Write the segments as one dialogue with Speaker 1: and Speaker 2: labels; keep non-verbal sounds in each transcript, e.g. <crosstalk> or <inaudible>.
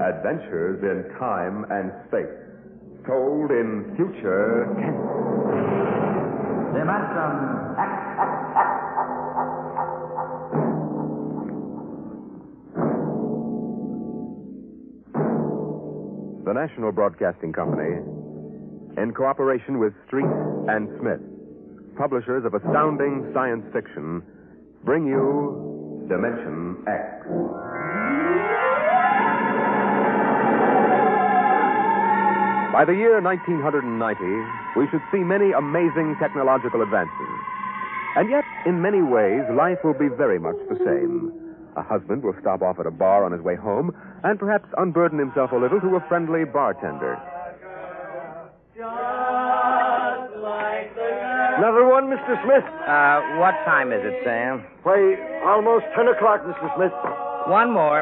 Speaker 1: Adventures in Time and Space. Told in future tense.
Speaker 2: Dimension X.
Speaker 1: The National Broadcasting Company, in cooperation with Street and Smith, publishers of astounding science fiction, bring you Dimension X. By the year 1990, we should see many amazing technological advances. And yet, in many ways, life will be very much the same. A husband will stop off at a bar on his way home and perhaps unburden himself a little to a friendly bartender.
Speaker 3: Another one, Mr. Smith?
Speaker 4: Uh, what time is it, Sam?
Speaker 3: Why, almost 10 o'clock, Mr. Smith.
Speaker 4: One more.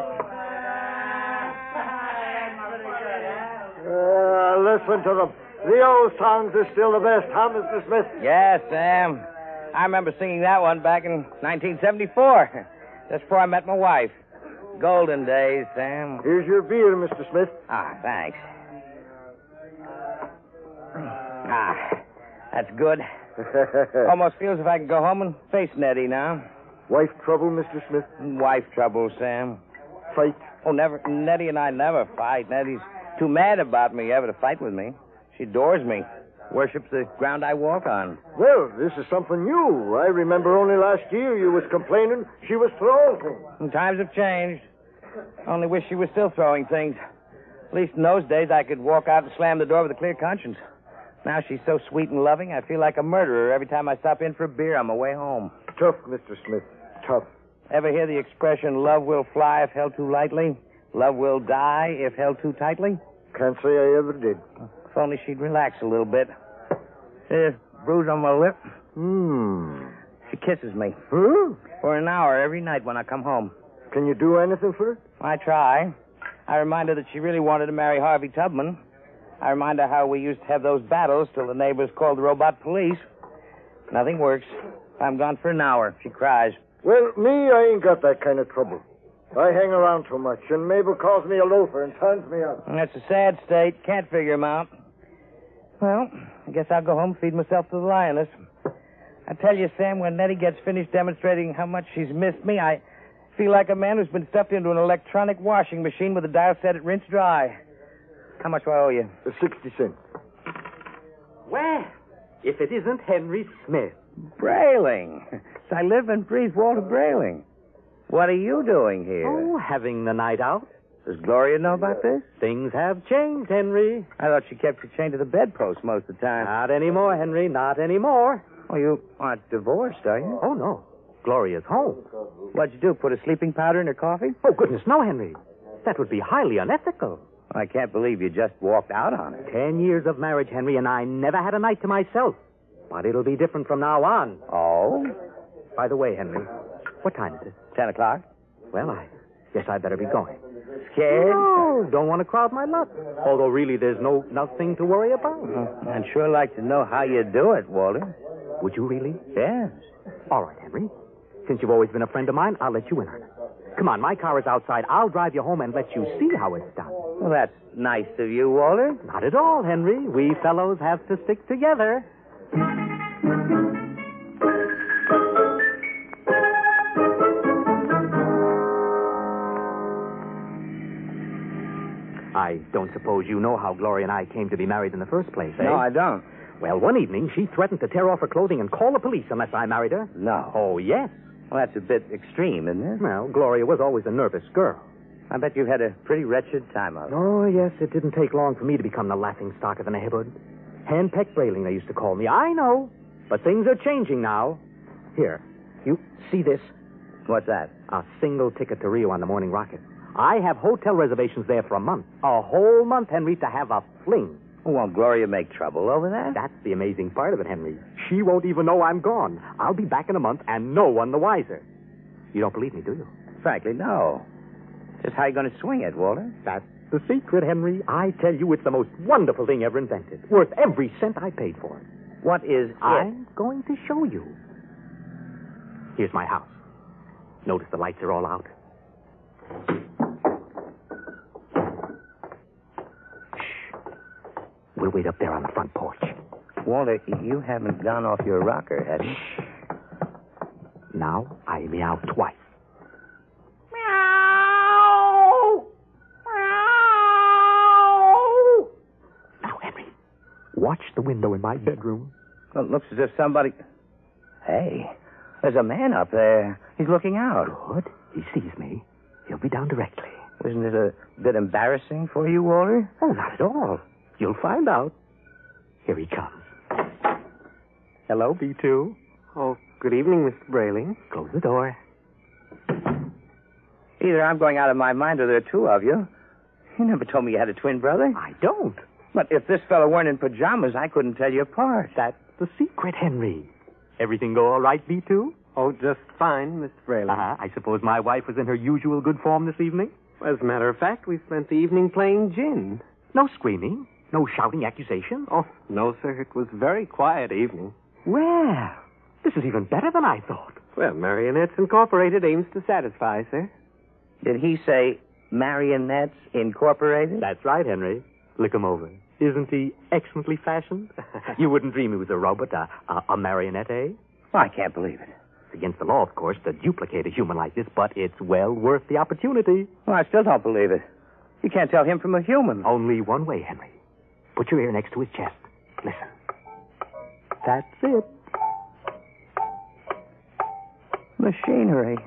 Speaker 3: Uh, listen to them. The old songs are still the best, huh, Mr. Smith?
Speaker 4: Yes, Sam. I remember singing that one back in 1974, <laughs> just before I met my wife. Golden days, Sam.
Speaker 3: Here's your beer, Mr. Smith. <laughs>
Speaker 4: Ah, thanks. Ah, that's good. Almost feels if I can go home and face Nettie now.
Speaker 3: Wife trouble, Mr. Smith?
Speaker 4: Wife trouble, Sam.
Speaker 3: Fight?
Speaker 4: Oh, never. Nettie and I never fight. Nettie's too mad about me ever to fight with me. She adores me, worships the ground I walk on.
Speaker 3: Well, this is something new. I remember only last year you was complaining she was throwing things.
Speaker 4: And times have changed. Only wish she was still throwing things. At least in those days, I could walk out and slam the door with a clear conscience. Now she's so sweet and loving, I feel like a murderer every time I stop in for a beer on my way home.
Speaker 3: Tough, Mr. Smith. Tough.
Speaker 4: Ever hear the expression, love will fly if held too lightly? Love will die if held too tightly?
Speaker 3: Can't say I ever did.
Speaker 4: If only she'd relax a little bit. See this bruise on my lip?
Speaker 3: Hmm.
Speaker 4: She kisses me
Speaker 3: Huh?
Speaker 4: for an hour every night when I come home.
Speaker 3: Can you do anything for her?
Speaker 4: I try. I remind her that she really wanted to marry Harvey Tubman. I remind her how we used to have those battles till the neighbors called the robot police. Nothing works. I'm gone for an hour. She cries.
Speaker 3: Well, me, I ain't got that kind of trouble. I hang around too much, and Mabel calls me a loafer and turns me out.
Speaker 4: And That's a sad state. Can't figure him out. Well, I guess I'll go home and feed myself to the lioness. I tell you, Sam, when Nettie gets finished demonstrating how much she's missed me, I feel like a man who's been stuffed into an electronic washing machine with a dial set it rinse dry. How much do I owe you?
Speaker 3: Uh, Sixty cents.
Speaker 5: Well, if it isn't Henry Smith.
Speaker 4: Brailing. So <laughs> I live and breathe Walter Brailing. What are you doing here?
Speaker 5: Oh, having the night out.
Speaker 4: Does Gloria know about this?
Speaker 5: Things have changed, Henry.
Speaker 4: I thought she kept you chained to the bedpost most of the time.
Speaker 5: Not anymore, Henry. Not anymore.
Speaker 4: Oh, you aren't divorced, are you?
Speaker 5: Oh, no. Gloria's home.
Speaker 4: What'd you do? Put a sleeping powder in her coffee?
Speaker 5: Oh, goodness, no, Henry. That would be highly unethical.
Speaker 4: I can't believe you just walked out on her.
Speaker 5: Ten years of marriage, Henry, and I never had a night to myself. But it'll be different from now on.
Speaker 4: Oh?
Speaker 5: By the way, Henry, what time is it?
Speaker 4: Ten o'clock?
Speaker 5: Well, I guess I better be going.
Speaker 4: Scared?
Speaker 5: No, don't want to crowd my luck. Although, really, there's no nothing to worry about.
Speaker 4: Uh, I'd sure like to know how you do it, Walter.
Speaker 5: Would you really?
Speaker 4: Yes.
Speaker 5: All right, Henry. Since you've always been a friend of mine, I'll let you in on it. Come on, my car is outside. I'll drive you home and let you see how it's done.
Speaker 4: Well, that's nice of you, Walter.
Speaker 5: Not at all, Henry. We fellows have to stick together. I don't suppose you know how Gloria and I came to be married in the first place, eh?
Speaker 4: No, I don't.
Speaker 5: Well, one evening she threatened to tear off her clothing and call the police unless I married her.
Speaker 4: No.
Speaker 5: Oh, yes.
Speaker 4: Well, that's a bit extreme, isn't it?
Speaker 5: Well, Gloria was always a nervous girl.
Speaker 4: I bet you've had a pretty wretched time of it.
Speaker 5: Oh, yes, it didn't take long for me to become the laughing stock of the neighborhood. Handpeck Brailing, they used to call me. I know, but things are changing now. Here, you see this?
Speaker 4: What's that?
Speaker 5: A single ticket to Rio on the morning rocket. I have hotel reservations there for a month. A whole month, Henry, to have a fling.
Speaker 4: Oh, won't Gloria make trouble over that?
Speaker 5: That's the amazing part of it, Henry. She won't even know I'm gone. I'll be back in a month and no one the wiser. You don't believe me, do you?
Speaker 4: Frankly, no. Just how you going to swing it, Walter?
Speaker 5: That's the secret, Henry. I tell you, it's the most wonderful thing ever invented. Worth every cent I paid for it.
Speaker 4: What is it?
Speaker 5: I'm going to show you. Here's my house. Notice the lights are all out. We'll wait up there on the front porch.
Speaker 4: Walter, you haven't gone off your rocker, have you?
Speaker 5: Now I meow twice. Meow! Meow! Now, Henry, watch the window in my bedroom.
Speaker 4: Well, it looks as if somebody. Hey, there's a man up there. He's looking out.
Speaker 5: Good. He sees me. He'll be down directly.
Speaker 4: Isn't it a bit embarrassing for you, Walter?
Speaker 5: Oh, not at all. You'll find out. Here he comes.
Speaker 2: Hello, B2. Oh, good evening, Mr. Brayling.
Speaker 5: Close the door.
Speaker 4: Either I'm going out of my mind, or there are two of you. You never told me you had a twin brother.
Speaker 5: I don't.
Speaker 4: But if this fellow weren't in pajamas, I couldn't tell you apart.
Speaker 5: That's the secret, Henry. Everything go all right, B2?
Speaker 2: Oh, just fine, Mr. Brayling.
Speaker 5: Uh-huh. I suppose my wife was in her usual good form this evening.
Speaker 2: As a matter of fact, we spent the evening playing gin.
Speaker 5: No screaming, no shouting accusations.
Speaker 2: Oh, no, sir. It was a very quiet evening.
Speaker 5: Well, this is even better than I thought.
Speaker 2: Well, Marionettes Incorporated aims to satisfy, sir.
Speaker 4: Did he say Marionettes Incorporated?
Speaker 5: That's right, Henry. Look him over. Isn't he excellently fashioned? <laughs> you wouldn't dream he was a robot, a, a, a marionette, eh?
Speaker 4: Oh, I can't believe it.
Speaker 5: It's against the law, of course, to duplicate a human like this, but it's well worth the opportunity.
Speaker 4: Well, I still don't believe it. You can't tell him from a human.
Speaker 5: Only one way, Henry. Put your ear next to his chest. Listen. That's it.
Speaker 4: Machinery.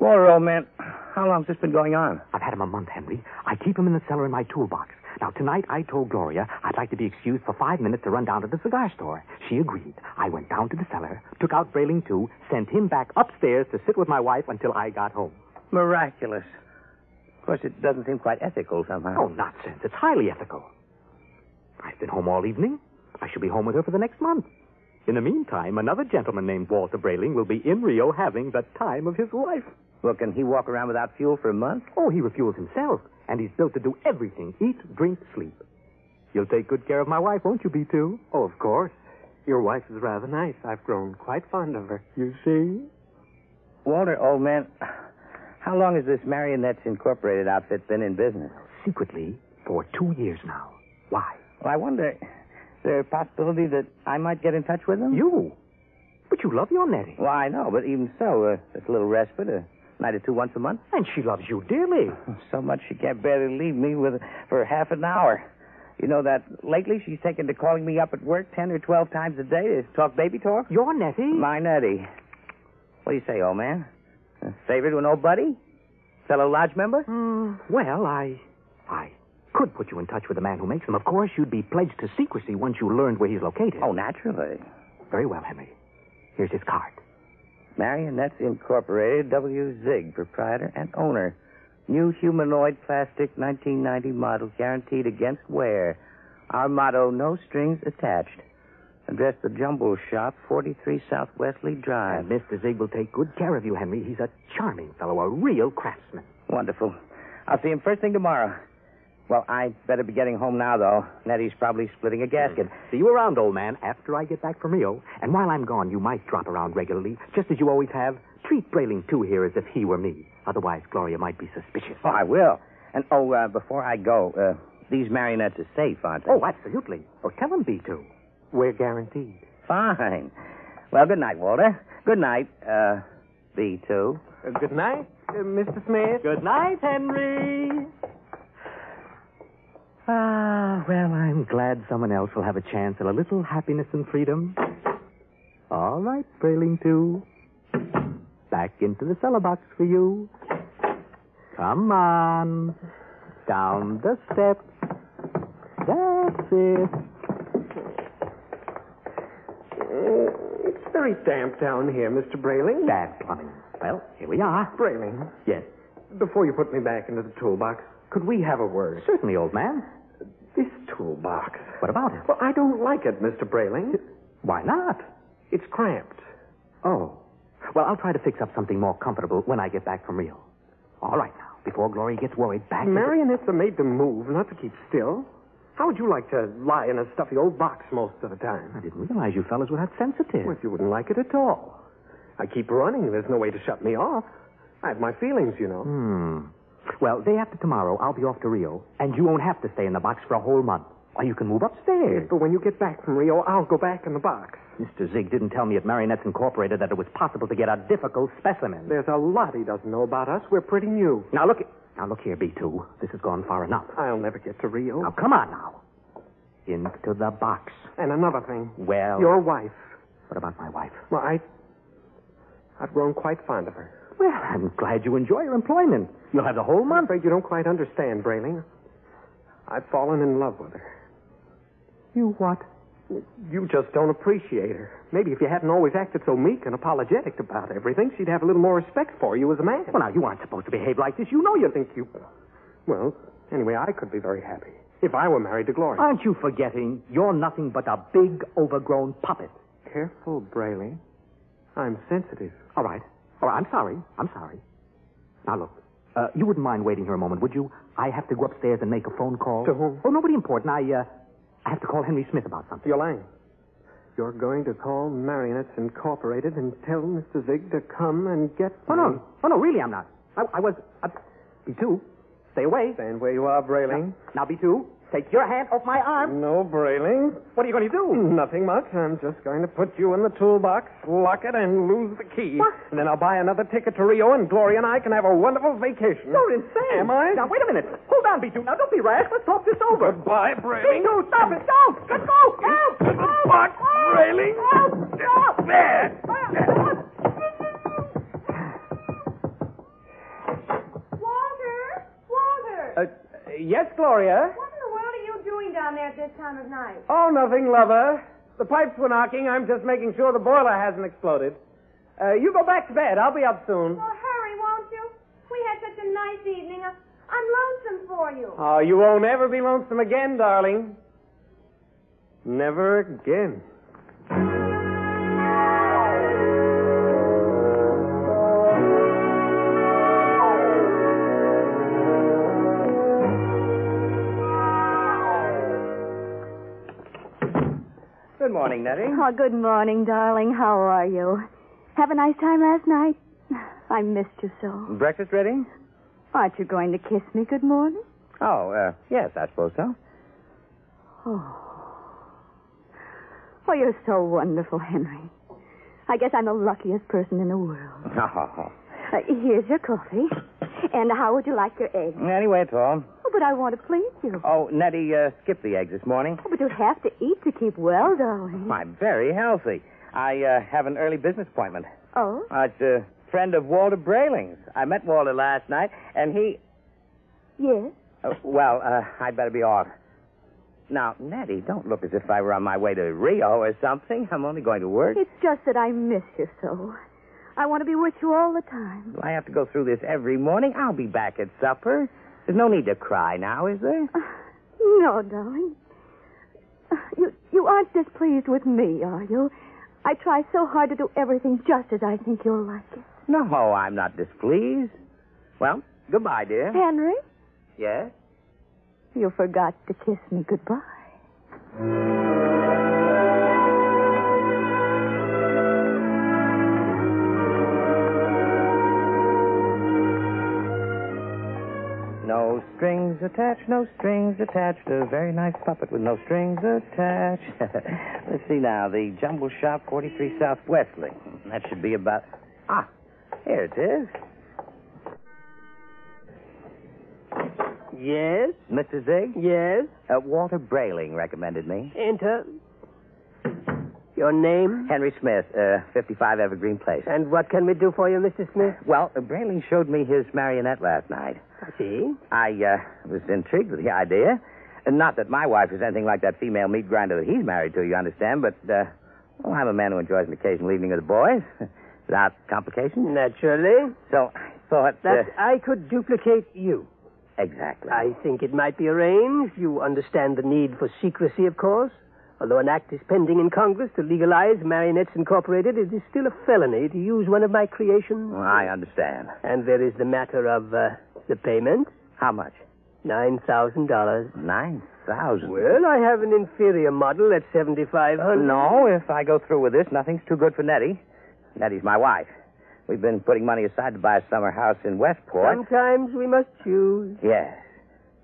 Speaker 4: Walter, old man, how long's this been going on?
Speaker 5: I've had him a month, Henry. I keep him in the cellar in my toolbox. Now, tonight I told Gloria I'd like to be excused for five minutes to run down to the cigar store. She agreed. I went down to the cellar, took out Brayling too, sent him back upstairs to sit with my wife until I got home.
Speaker 4: Miraculous. Of course, it doesn't seem quite ethical somehow.
Speaker 5: Oh, nonsense. It's highly ethical. I've been home all evening. I shall be home with her for the next month. In the meantime, another gentleman named Walter Brayling will be in Rio having the time of his life.
Speaker 4: Well, can he walk around without fuel for a month?
Speaker 5: Oh, he refuels himself, and he's built to do everything eat, drink, sleep. You'll take good care of my wife, won't you, B2?
Speaker 2: Oh, of course. Your wife is rather nice. I've grown quite fond of her.
Speaker 5: You see?
Speaker 4: Walter, old man, how long has this Marionettes Incorporated outfit been in business?
Speaker 5: Secretly, for two years now. Why?
Speaker 4: Well, I wonder, is there a possibility that I might get in touch with them?
Speaker 5: You. But you love your Nettie.
Speaker 4: Well, I know, but even so, uh, this little respite, a night or two once a month,
Speaker 5: And she loves you dearly.
Speaker 4: so much she can't bear to leave me with for half an hour. You know that lately she's taken to calling me up at work ten or twelve times a day to talk baby talk.
Speaker 5: Your Nettie?
Speaker 4: My Nettie. What do you say, old man? Uh, Favored with no buddy? Fellow lodge member?
Speaker 5: Hmm, well, I. I could put you in touch with the man who makes them. Of course, you'd be pledged to secrecy once you learned where he's located.
Speaker 4: Oh, naturally.
Speaker 5: very well, Henry. Here's his card.
Speaker 4: Marionettes Incorporated, W. Zig, proprietor and owner. New humanoid plastic 1990 model guaranteed against wear. Our motto, no strings attached. Address the Jumble Shop, 43 South Wesley
Speaker 5: And
Speaker 4: Drive.
Speaker 5: Mr. Zig will Uh, take good care of you, Henry. He's a charming fellow, a real craftsman.
Speaker 4: Wonderful. I'll see him first thing tomorrow. Well, I better be getting home now, though. Nettie's probably splitting a gasket.
Speaker 5: See you around, old man, after I get back from Rio. And while I'm gone, you might drop around regularly, just as you always have. Treat Brayling, too, here as if he were me. Otherwise, Gloria might be suspicious.
Speaker 4: Oh, I will. And, oh, uh, before I go, uh, these marionettes are safe, aren't they?
Speaker 5: Oh, absolutely. Oh, tell him, B2.
Speaker 2: We're guaranteed.
Speaker 4: Fine. Well, good night, Walter. Good night, uh, B2.
Speaker 2: Uh, good night, uh, Mr. Smith.
Speaker 5: Good night, Henry. Ah, well, I'm glad someone else will have a chance at a little happiness and freedom. All right, Brayling, too. Back into the cellar box for you. Come on. Down the steps. That's it.
Speaker 2: Uh, It's very damp down here, Mr. Brayling.
Speaker 5: Bad plumbing. Well, here we are.
Speaker 2: Brayling,
Speaker 5: Yes.
Speaker 2: before you put me back into the toolbox, could we have a word?
Speaker 5: Certainly, old man.
Speaker 2: This toolbox.
Speaker 5: What about it?
Speaker 2: Well, I don't like it, Mr. Brayling.
Speaker 5: Why not?
Speaker 2: It's cramped.
Speaker 5: Oh. Well, I'll try to fix up something more comfortable when I get back from Rio. All right now, before Glory gets worried, back. into-
Speaker 2: Marionettes are made to move, not to keep still. How would you like to lie in a stuffy old box most of the time?
Speaker 5: I didn't realize you fellas were that sensitive.
Speaker 2: Well, if you wouldn't like it at all. I keep running. There's no way to shut me off. I have my feelings, you know.
Speaker 5: Hmm. Well, day after tomorrow, I'll be off to Rio, and you won't have to stay in the box for a whole month. Why, you can move upstairs.
Speaker 6: But when you get back from Rio, I'll go back in the box.
Speaker 5: Mr. Zig didn't tell me at Marionettes Incorporated that it was possible to get a difficult specimen.
Speaker 6: There's a lot he doesn't know about us. We're pretty new.
Speaker 5: Now look, now look here, B2. This has gone far enough.
Speaker 6: I'll never get to Rio.
Speaker 5: Now come on now. Into the box.
Speaker 6: And another thing.
Speaker 5: Well,
Speaker 6: Your wife.
Speaker 5: what about my wife?
Speaker 6: Well, I. I've grown quite fond of her.
Speaker 5: Well, I'm glad you enjoy your employment. You'll have the whole
Speaker 6: I'm
Speaker 5: month.
Speaker 6: afraid you don't quite understand, Brayling. I've fallen in love with her.
Speaker 5: You what?
Speaker 6: You just don't appreciate her. Maybe if you hadn't always acted so meek and apologetic about everything, she'd have a little more respect for you as a man.
Speaker 5: Well, now you aren't supposed to behave like this. You know you think you.
Speaker 6: Well, anyway, I could be very happy if I were married to Gloria.
Speaker 5: Aren't you forgetting? You're nothing but a big, overgrown puppet.
Speaker 6: Careful, Braley. I'm sensitive.
Speaker 5: All right. All right. I'm sorry. I'm sorry. Now look, uh, you wouldn't mind waiting here a moment, would you? I have to go upstairs and make a phone call.
Speaker 6: To whom?
Speaker 5: Oh, nobody important. I uh, I have to call Henry Smith about something.
Speaker 6: You're lying. You're going to call Marionettes Incorporated and tell Mr. Zig to come and get
Speaker 5: Oh
Speaker 6: me.
Speaker 5: no. Oh no. Really, I'm not. I, I was. I, B2, stay away.
Speaker 6: Stand where you are, Brayling.
Speaker 5: Now, B2, take your hand off my arm.
Speaker 6: No, Brayling.
Speaker 5: What are you going to do?
Speaker 6: Nothing much. I'm just going to put you in the toolbox, lock it, and lose the key.
Speaker 5: What?
Speaker 6: And then I'll buy another ticket to Rio, and Gloria and I can have a wonderful vacation.
Speaker 5: You're insane.
Speaker 6: Am I?
Speaker 5: Now, wait a minute. Hold on, B2. Now, don't be rash. Let's talk this over.
Speaker 6: Goodbye, Brayling.
Speaker 5: B2, stop it. Go. Let go. Help. Help.
Speaker 6: Box,
Speaker 5: Help.
Speaker 6: Brayling.
Speaker 5: Help. Help.
Speaker 6: There.
Speaker 5: Help.
Speaker 7: Walter! Walter!
Speaker 6: Uh, yes, Gloria.
Speaker 7: What in the world are you doing down there at this time of night?
Speaker 6: Oh, nothing, lover. The pipes were knocking. I'm just making sure the boiler hasn't exploded. Uh, you go back to bed. I'll be up soon.
Speaker 7: Well, Oh, hurry, won't you? We had such a nice evening. I- I'm lonesome for you.
Speaker 6: Oh, you won't ever be lonesome again, darling. Never again.
Speaker 4: Good morning, Nettie.
Speaker 8: Oh, good morning, darling. How are you? Have a nice time last night? I missed you so.
Speaker 4: Breakfast ready?
Speaker 8: Aren't you going to kiss me good morning?
Speaker 4: Oh, uh, yes, I suppose so.
Speaker 8: Oh. Oh, you're so wonderful, Henry. I guess I'm the luckiest person in the world. Uh, here's your coffee. And how would you like your egg?
Speaker 4: <laughs> anyway, it's all.
Speaker 8: Oh, but I want to please you.
Speaker 4: Oh, Nettie uh, skipped the eggs this morning.
Speaker 8: Oh, but you'll have to eat to keep well, darling.
Speaker 4: Why, very healthy. I uh, have an early business appointment.
Speaker 8: Oh?
Speaker 4: Uh, it's a friend of Walter Brayling's. I met Walter last night, and he.
Speaker 8: Yes?
Speaker 4: Uh, well, uh, I'd better be off. Now, Nettie, don't look as if I were on my way to Rio or something. I'm only going to work.
Speaker 8: It's just that I miss you so. I want to be with you all the time.
Speaker 4: I have to go through this every morning. I'll be back at supper. There's no need to cry now, is there?
Speaker 8: No, darling. You you aren't displeased with me, are you? I try so hard to do everything just as I think you'll like it.
Speaker 4: No, I'm not displeased. Well, goodbye, dear.
Speaker 8: Henry,
Speaker 4: Yes?
Speaker 8: you forgot to kiss me goodbye.
Speaker 4: No strings attached, no strings attached. A very nice puppet with no strings attached. <laughs> Let's see now, the Jumble Shop, 43 South Wesley. That should be about. Ah, here it is.
Speaker 6: Yes,
Speaker 4: Mr. Zig,
Speaker 6: yes.
Speaker 4: uh, Walter Brayling recommended me.
Speaker 6: Enter. Your name?
Speaker 4: Henry Smith, uh, 55 Evergreen Place.
Speaker 6: And what can we do for you, Mr. Smith?
Speaker 4: Well, uh, Brayling showed me his marionette last night.
Speaker 6: I see.
Speaker 4: I uh, was intrigued with the idea. And not that my wife is anything like that female meat grinder that he's married to, you understand, but, uh, well, I'm a man who enjoys an occasional evening with the boys <laughs> without complications.
Speaker 6: Naturally.
Speaker 4: So I thought.
Speaker 6: That
Speaker 4: uh,
Speaker 6: I could duplicate you.
Speaker 4: exactly.
Speaker 6: I think it might be arranged. You understand the need for secrecy, of course. Although an act is pending in Congress to legalize Marionettes Incorporated, it is still a felony to use one of my creations.
Speaker 4: Well, I understand.
Speaker 6: And there is the matter of uh, the payment
Speaker 4: How much?
Speaker 6: $9,000.
Speaker 4: Nine thousand.
Speaker 6: Well, I have an inferior model at 7500
Speaker 4: no, if I go through with this, nothing's too good for Nettie. Nettie's my wife. We've been putting money aside to buy a summer house in Westport.
Speaker 6: Sometimes we must choose.
Speaker 4: Yes.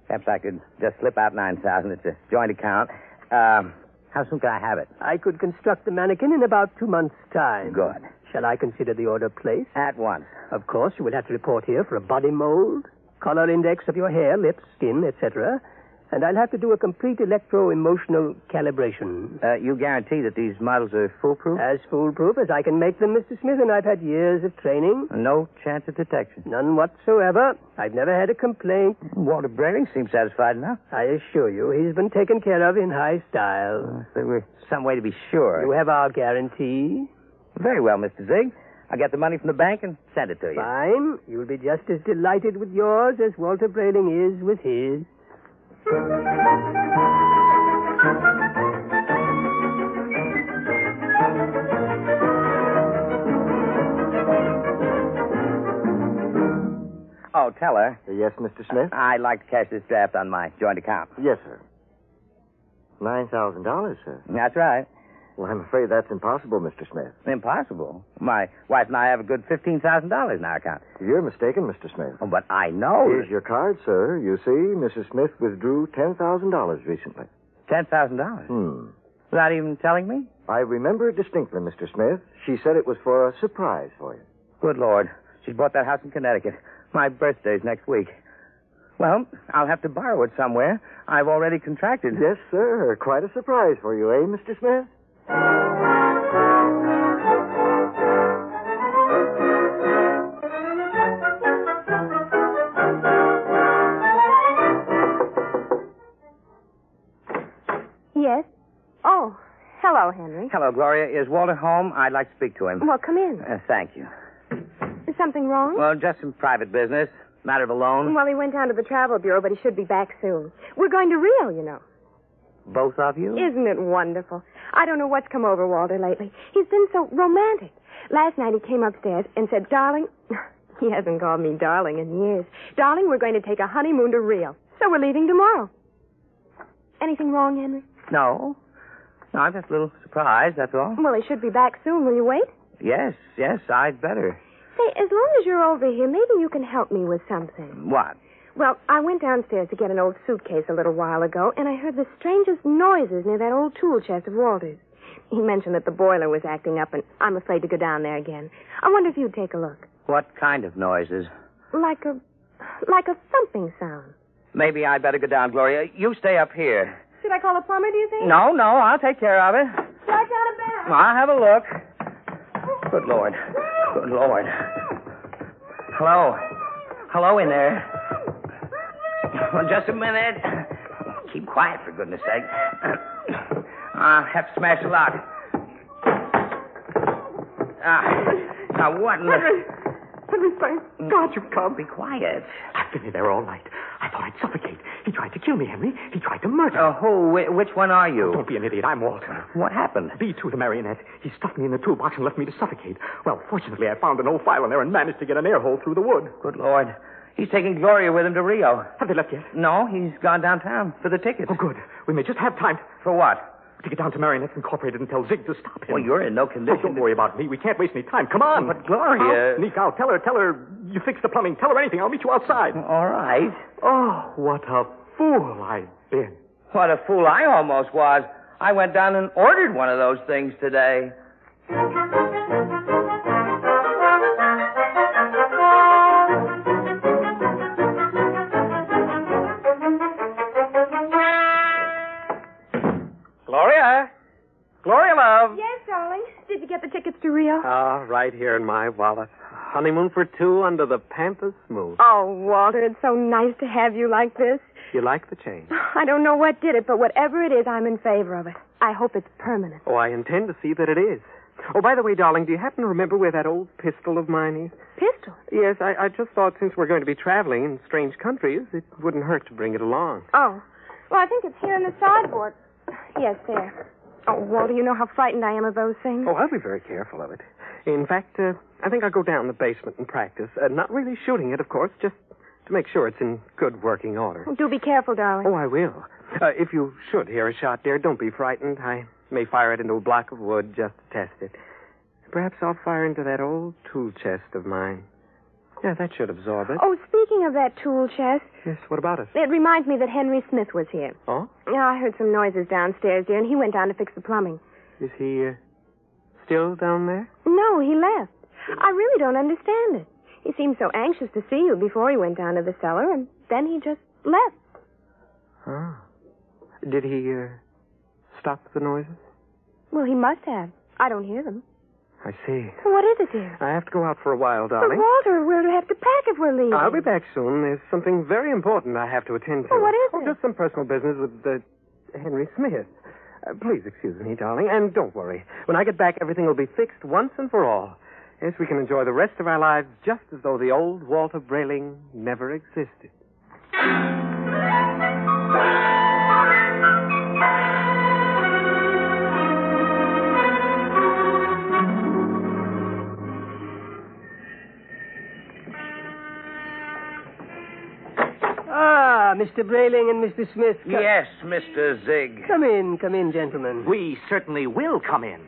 Speaker 4: Perhaps I could just slip out 9000 It's a joint account. Um, how soon can I have it?
Speaker 2: I could construct the mannequin in about two months' time.
Speaker 4: Good.
Speaker 2: Shall I consider the order placed?
Speaker 4: At once.
Speaker 2: Of course, you will have to report here for a body mold, color index of your hair, lips, skin, etc. And I'll have to do a complete electro-emotional calibration.
Speaker 4: Uh, you guarantee that these models are foolproof?
Speaker 2: As foolproof as I can make them, Mr. Smith, and I've had years of training.
Speaker 6: Uh,
Speaker 4: no chance of detection.
Speaker 2: None whatsoever. I've never had a complaint.
Speaker 4: Walter Brayling seems satisfied enough.
Speaker 2: I assure you, he's been taken care of in high style.
Speaker 4: If Uh, there were some way to be sure.
Speaker 2: You have our guarantee.
Speaker 4: Very well, Mr. Zig. I'll get the money from the bank and send it to you.
Speaker 2: Fine. You'll be just as delighted with yours as Walter Brayling is with his.
Speaker 4: Oh, tell her.
Speaker 3: Yes, Mr. Smith?
Speaker 4: I'd like to cash this draft on my joint account.
Speaker 3: Yes, sir. $9,000, sir.
Speaker 4: That's right.
Speaker 3: Well, I'm afraid that's impossible, Mr. Smith.
Speaker 4: Impossible. My wife and I have a good $15,000 in our account.
Speaker 3: You're mistaken, Mr. Smith.
Speaker 4: Oh, but I know.
Speaker 3: Here's your card, sir. You see, Mrs. Smith withdrew $10,000 recently.
Speaker 4: $10,000.
Speaker 3: Hmm.
Speaker 4: Without even telling me?
Speaker 3: I remember distinctly, Mr. Smith. She said it was for a surprise for you.
Speaker 4: Good Lord. She bought that house in Connecticut. My birthday's next week. Well, I'll have to borrow it somewhere. I've already contracted.
Speaker 3: Yes, sir. Quite a surprise for you, eh, Mr. Smith?
Speaker 7: Yes? Oh, hello, Henry.
Speaker 4: Hello, Gloria. Is Walter home? I'd like to speak to him.
Speaker 7: Well, come in.
Speaker 4: Uh, thank you.
Speaker 7: Is something
Speaker 8: Hmm?
Speaker 7: wrong?
Speaker 4: Well, just some private business. Matter of a loan.
Speaker 7: Well, he went down to the travel bureau, but he should be back soon. We're going to Rio, you know.
Speaker 4: Both of you?
Speaker 7: Isn't it wonderful? I don't know what's come over Walter lately. He's been so romantic. Last night he came upstairs and said, Darling, <laughs> he hasn't called me darling in years. Darling, we're going to take a honeymoon to Rio. So we're leaving tomorrow. Anything wrong, Henry?
Speaker 4: No. No, I'm just a little surprised, that's all.
Speaker 7: Well, he should be back soon. Will you wait?
Speaker 4: Yes, yes, I'd better.
Speaker 7: Say, as long as you're over here, maybe you can help me with something.
Speaker 4: What?
Speaker 7: Well, I went downstairs to get an old suitcase a little while ago, and I heard the strangest noises near that old tool chest of Walter's. He mentioned that the boiler was acting up, and I'm afraid to go down there again. I wonder if you'd take a look.
Speaker 4: What kind of noises?
Speaker 7: Like a, like a thumping sound.
Speaker 4: Maybe I'd better go down, Gloria. You stay up here.
Speaker 9: Should I call a plumber, do you think?
Speaker 4: No, no, I'll take care of it.
Speaker 9: Slide down a bath.
Speaker 4: I'll have a look. Good Lord. Good Lord. Hello. Hello in there. Well, just a minute. Keep quiet, for goodness sake. I'll have to smash the lock. Ah, now, what in the... Mm.
Speaker 7: Henry, Henry, thank God you've come.
Speaker 4: Be quiet.
Speaker 5: I've been in there all night. I thought I'd suffocate. He tried to kill me, Henry. He tried to murder.
Speaker 4: Uh, who? Whi- Which one are you?
Speaker 5: Don't be an idiot. I'm Walter.
Speaker 4: What happened?
Speaker 5: B two, the marionette. He stuffed me in the toolbox and left me to suffocate. Well, fortunately, I found an old file in there and managed to get an air hole through the wood.
Speaker 4: Good Lord. He's taking Gloria with him to Rio.
Speaker 5: Have they left yet?
Speaker 4: No, he's gone downtown for the tickets.
Speaker 5: Oh, good. We may just have time
Speaker 4: For what?
Speaker 5: to get down to Marionettes Incorporated and tell Zig to stop him.
Speaker 4: Well, you're in no
Speaker 5: Oh,
Speaker 4: condition.
Speaker 5: don't
Speaker 4: to-
Speaker 5: worry about me. We can't waste any time. Come on.
Speaker 4: But Gloria-
Speaker 5: I'll sneak out. Tell her. Tell her you fix the plumbing. Tell her anything. I'll meet you outside.
Speaker 10: oh,
Speaker 4: All right.
Speaker 5: Oh, what a fool I've been.
Speaker 4: What a fool I almost was. I went down and ordered one of those things today. Gloria! Gloria, love!
Speaker 9: Yes, darling. Did you get the tickets to Rio?
Speaker 6: Ah, right here in my wallet. Honeymoon for two under the pampas moon.
Speaker 7: Oh, Walter, it's so nice to have you like this.
Speaker 6: You like the change?
Speaker 7: I don't know what did it, but whatever it is, I'm in favor of it. I hope it's permanent.
Speaker 6: Oh, I intend to see that it is. Oh, by the way, darling, do you happen to remember where that old pistol of mine is?
Speaker 7: Pistol?
Speaker 6: Yes, I, I just thought since we're going to be traveling in strange countries, it wouldn't hurt to bring it along.
Speaker 7: Oh.
Speaker 9: Well, I think it's here in the
Speaker 7: <sighs>
Speaker 9: sideboard. Yes, there.
Speaker 7: Oh, Walter, you know how frightened I am of those things.
Speaker 6: Oh, I'll be very careful of it. In fact, uh, I think I'll go down in the basement and practice. Uh, not really shooting it, of course, just to make sure it's in good working order.
Speaker 7: Do be careful, darling.
Speaker 6: Oh, I will. Uh, if you should hear a shot, dear, don't be frightened. I may fire it into a block of wood just to test it. Perhaps I'll fire into that old tool chest of mine. Yeah, that should absorb it.
Speaker 7: Oh, speaking of that tool chest,
Speaker 8: Oh.
Speaker 6: Yes, what about it?
Speaker 7: it reminds me that Henry Smith was here.
Speaker 6: Oh?
Speaker 7: Yeah, I heard some noises downstairs, dear, and he went down to fix the plumbing.
Speaker 6: Is he uh, still down there?
Speaker 7: No, he left. I really don't understand it. He seemed so anxious to see you before he went down to the cellar, and then he just left.
Speaker 6: Oh. Did he uh, stop the noises?
Speaker 7: Well, he must have. I don't hear them.
Speaker 6: I see.
Speaker 7: What is it, dear?
Speaker 6: I have to go out for a while,
Speaker 7: But
Speaker 6: darling.
Speaker 7: Walter, we'll have to pack if we're leaving.
Speaker 6: I'll be back soon. There's something very important I have to attend to.
Speaker 7: Well, what is
Speaker 6: oh,
Speaker 7: it?
Speaker 6: Just some personal business with uh, Henry Smith. Uh, please excuse me, darling, and don't worry. When I get back, everything will be fixed once and for all. Yes, we can enjoy the rest of our lives just as though the old Walter Brayling never existed.
Speaker 2: Ah, Mr. Brayling and Mr. Smith. co-
Speaker 10: Yes, Mr. Zig.
Speaker 2: Come in, come in, gentlemen.
Speaker 10: We certainly will come in.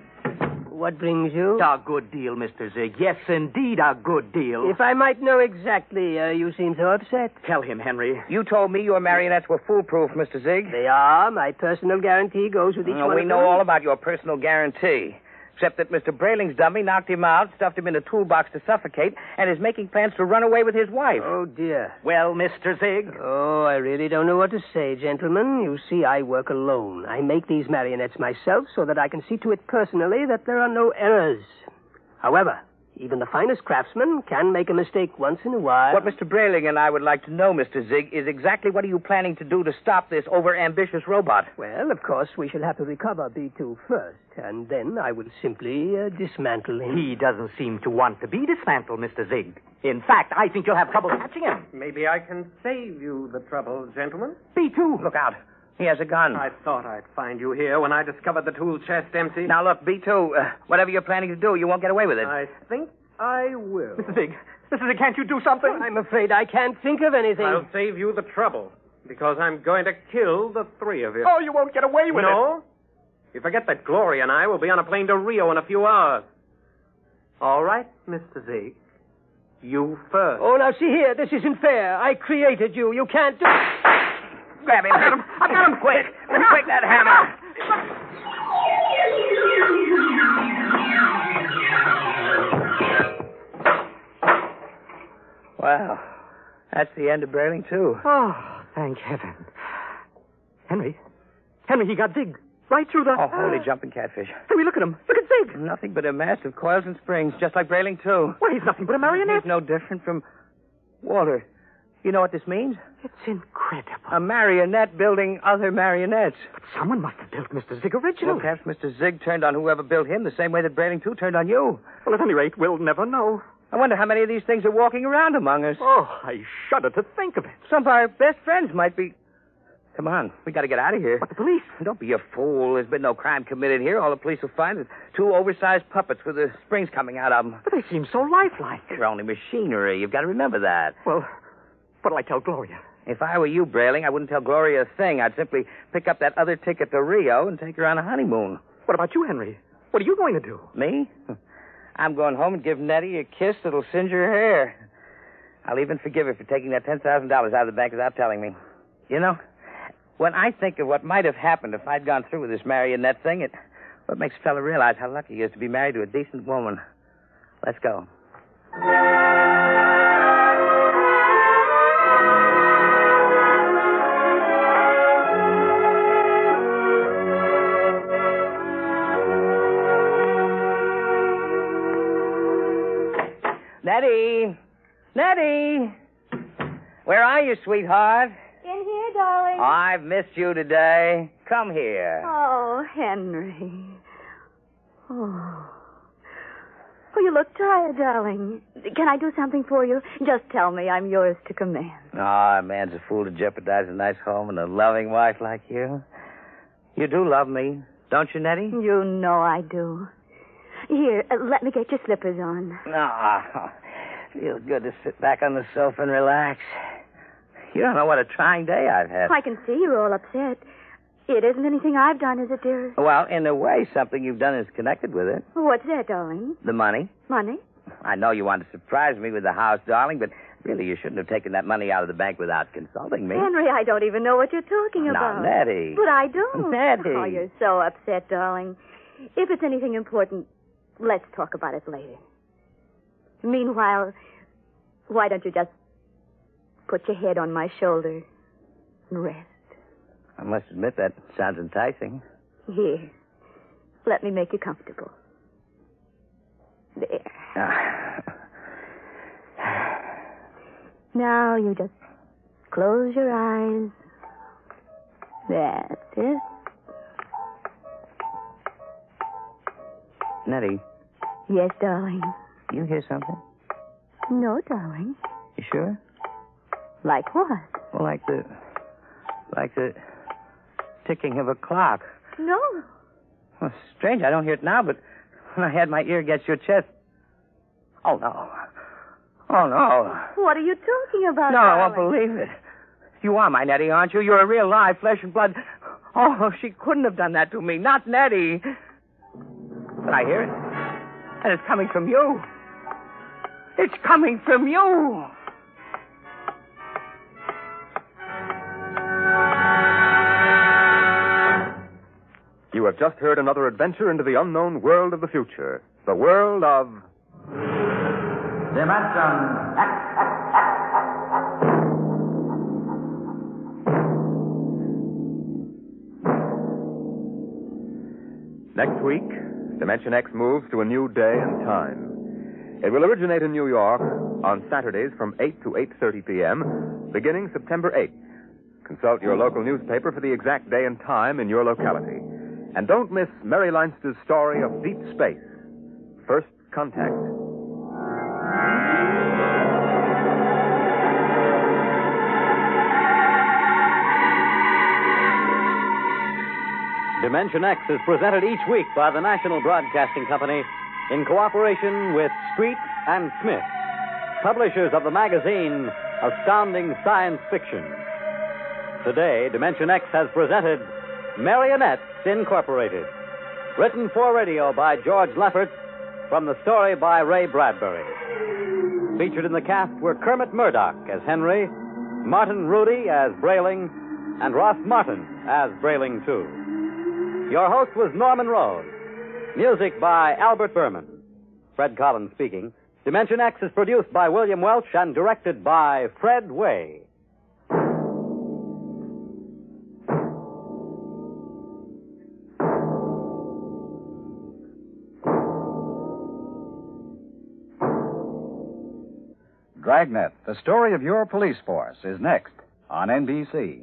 Speaker 2: What brings you?
Speaker 10: A good deal, Mr. Zig. Yes, indeed, a good deal.
Speaker 2: If I might know exactly, uh, you seem so upset.
Speaker 10: Tell him, Henry.
Speaker 4: You told me your marionettes were foolproof, Mr. Zig.
Speaker 2: They are. My personal guarantee goes with each
Speaker 4: No,
Speaker 2: one.
Speaker 4: we
Speaker 2: of
Speaker 4: know
Speaker 2: them.
Speaker 4: all about your personal guarantee. Except that Mr. Brayling's dummy knocked him out, stuffed him in a toolbox to suffocate, and is making plans to run away with his wife.
Speaker 2: Oh, dear.
Speaker 10: Well, Mr. Zig?
Speaker 2: Oh, I really don't know what to say, gentlemen. You see, I work alone. I make these marionettes myself so that I can see to it personally that there are no errors. However, even the finest craftsman can make a mistake once in a while.
Speaker 4: What Mr. Brayling and I would like to know, Mr. Zig, is exactly what are you planning to do to stop this overambitious robot?
Speaker 2: Well, of course, we shall have to recover B2 first, and then I will simply uh, dismantle him.
Speaker 10: He doesn't seem to want to be dismantled, Mr. Zig. In fact, I think you'll have trouble catching him.
Speaker 6: Maybe I can save you the trouble, gentlemen.
Speaker 10: B2.
Speaker 4: Look out. He has a gun.
Speaker 6: I thought I'd find you here when I discovered the tool chest empty.
Speaker 4: Now, look, B2, uh, whatever you're planning to do, you won't get away with it.
Speaker 6: I think I will.
Speaker 10: Mr. Zig, Mr. Zig, can't you do something?
Speaker 2: I'm afraid I can't think of anything.
Speaker 6: I'll save you the trouble because I'm going to kill the three of you.
Speaker 10: Oh, you won't get away with it.
Speaker 6: no? You forget that Gloria and I will be on a plane to Rio in a few hours. All right, Mr. Zeke. You first.
Speaker 2: Oh, now see here, this isn't fair. I created you. You can't do.
Speaker 4: Grab him. I've got him. I've got him. Quick. Quick, that hammer. Wow. That's the end of Brailing, too.
Speaker 5: Oh, thank heaven. Henry. Henry, he got Zig. Right through the.
Speaker 4: Oh, holy jumping catfish.
Speaker 5: Henry, look at him. Look at Zig.
Speaker 4: Nothing but a mass of coils and springs, just like Brailing, too.
Speaker 5: Why, he's nothing but a marionette.
Speaker 4: He's no different from Walter. You know what this means?
Speaker 5: It's incredible.
Speaker 4: A marionette building other marionettes.
Speaker 5: But someone must have built Mr. Zig
Speaker 4: Well,
Speaker 5: originally.
Speaker 4: perhaps Mr. Zig turned on whoever built him the same way that Brailing, too, turned on you.
Speaker 5: Well, at any rate, we'll never know.
Speaker 4: I wonder how many of these things are walking around among us.
Speaker 5: Oh, I shudder to think of it.
Speaker 4: Some of our best friends might be. Come on, we got to get out of here.
Speaker 5: But the police.
Speaker 4: Don't be a fool. There's been no crime committed here. All the police will find is two oversized puppets with the springs coming out of them.
Speaker 5: But they seem so lifelike.
Speaker 4: They're only machinery. You've got to remember that.
Speaker 5: Well, what'll I tell Gloria?
Speaker 4: If I were you, Brailing, I wouldn't tell Gloria a thing. I'd simply pick up that other ticket to Rio and take her on a honeymoon.
Speaker 5: What about you, Henry? What are you going to do?
Speaker 4: Me? <laughs> I'm going home and give Nettie a kiss that'll singe her hair. I'll even forgive her for taking that $10,000 out of the bank without telling me. You know, when I think of what might have happened if I'd gone through with this marionette thing, it what makes a fella realize how lucky he is to be married to a decent woman. Let's go. Nettie! Nettie! Where are you, sweetheart?
Speaker 11: In here, darling.
Speaker 4: I've missed you today. Come here.
Speaker 8: Oh, Henry. Oh. Oh, you look tired, darling. Can I do something for you? Just tell me I'm yours to command.
Speaker 4: Ah, a man's a fool to jeopardize a nice home and a loving wife like you. You do love me, don't you, Nettie?
Speaker 8: You know I do. Here, uh, let me get your slippers on.
Speaker 4: Ah, <laughs> feels good to sit back on the sofa and relax. You don't know what a trying day I've had.
Speaker 8: I can see you're all upset. It isn't anything I've done, is it, dearest?
Speaker 4: Well, in a way, something you've done is connected with it.
Speaker 8: What's that, darling?
Speaker 4: The money.
Speaker 8: Money?
Speaker 4: I know you want to surprise me with the house, darling, but really you shouldn't have taken that money out of the bank without consulting me.
Speaker 8: Henry, I don't even know what you're talking
Speaker 4: Now,
Speaker 8: about.
Speaker 4: Nettie.
Speaker 8: But I don't.
Speaker 4: Nettie.
Speaker 8: Oh, you're so upset, darling. If it's anything important, let's talk about it later. Meanwhile, why don't you just put your head on my shoulder and rest?
Speaker 4: I must admit that sounds enticing.
Speaker 8: Here. Let me make you comfortable. There.
Speaker 4: Ah.
Speaker 8: Now you just close your eyes. That's it.
Speaker 4: <sighs> Nettie,
Speaker 8: Yes, darling.
Speaker 4: you hear something?
Speaker 8: No, darling.
Speaker 4: You sure?
Speaker 8: Like what?
Speaker 4: Well, like the, like the ticking of a clock.
Speaker 8: No.
Speaker 4: Well, strange. I don't hear it now, but when I had my ear against your chest. Oh no. Oh no.
Speaker 8: What are you talking about?
Speaker 4: No, I won't
Speaker 8: darling?
Speaker 4: believe it. You are my Nettie, aren't you? You're a real live flesh and blood. Oh, she couldn't have done that to me. Not Nettie. But I hear it. And it's coming from you. It's coming from you.
Speaker 1: You have just heard another adventure into the unknown world of the future. The world of.
Speaker 12: Dimension X.
Speaker 1: Next week, Dimension X moves to a new day and time. It will originate in New York on Saturdays from 8 to 8.30 p.m., beginning September 8th. Consult your local newspaper for the exact day and time in your locality. And don't miss Mary Leinster's story of deep space. First Contact.
Speaker 13: Dimension X is presented each week by the National Broadcasting Company in cooperation with Street and Smith, publishers of the magazine Astounding Science Fiction. Today, Dimension X has presented Marionettes Incorporated, written for radio by George Leffert from the story by Ray Bradbury. Featured in the cast were Kermit Murdoch as Henry, Martin Rudy as Brailing, and Ross Martin as Brailing, too. Your host was Norman Rose. Music by Albert Berman. Fred Collins speaking. Dimension X is produced by William Welch and directed by Fred Way.
Speaker 14: Dragnet, the story of your police force, is next on NBC.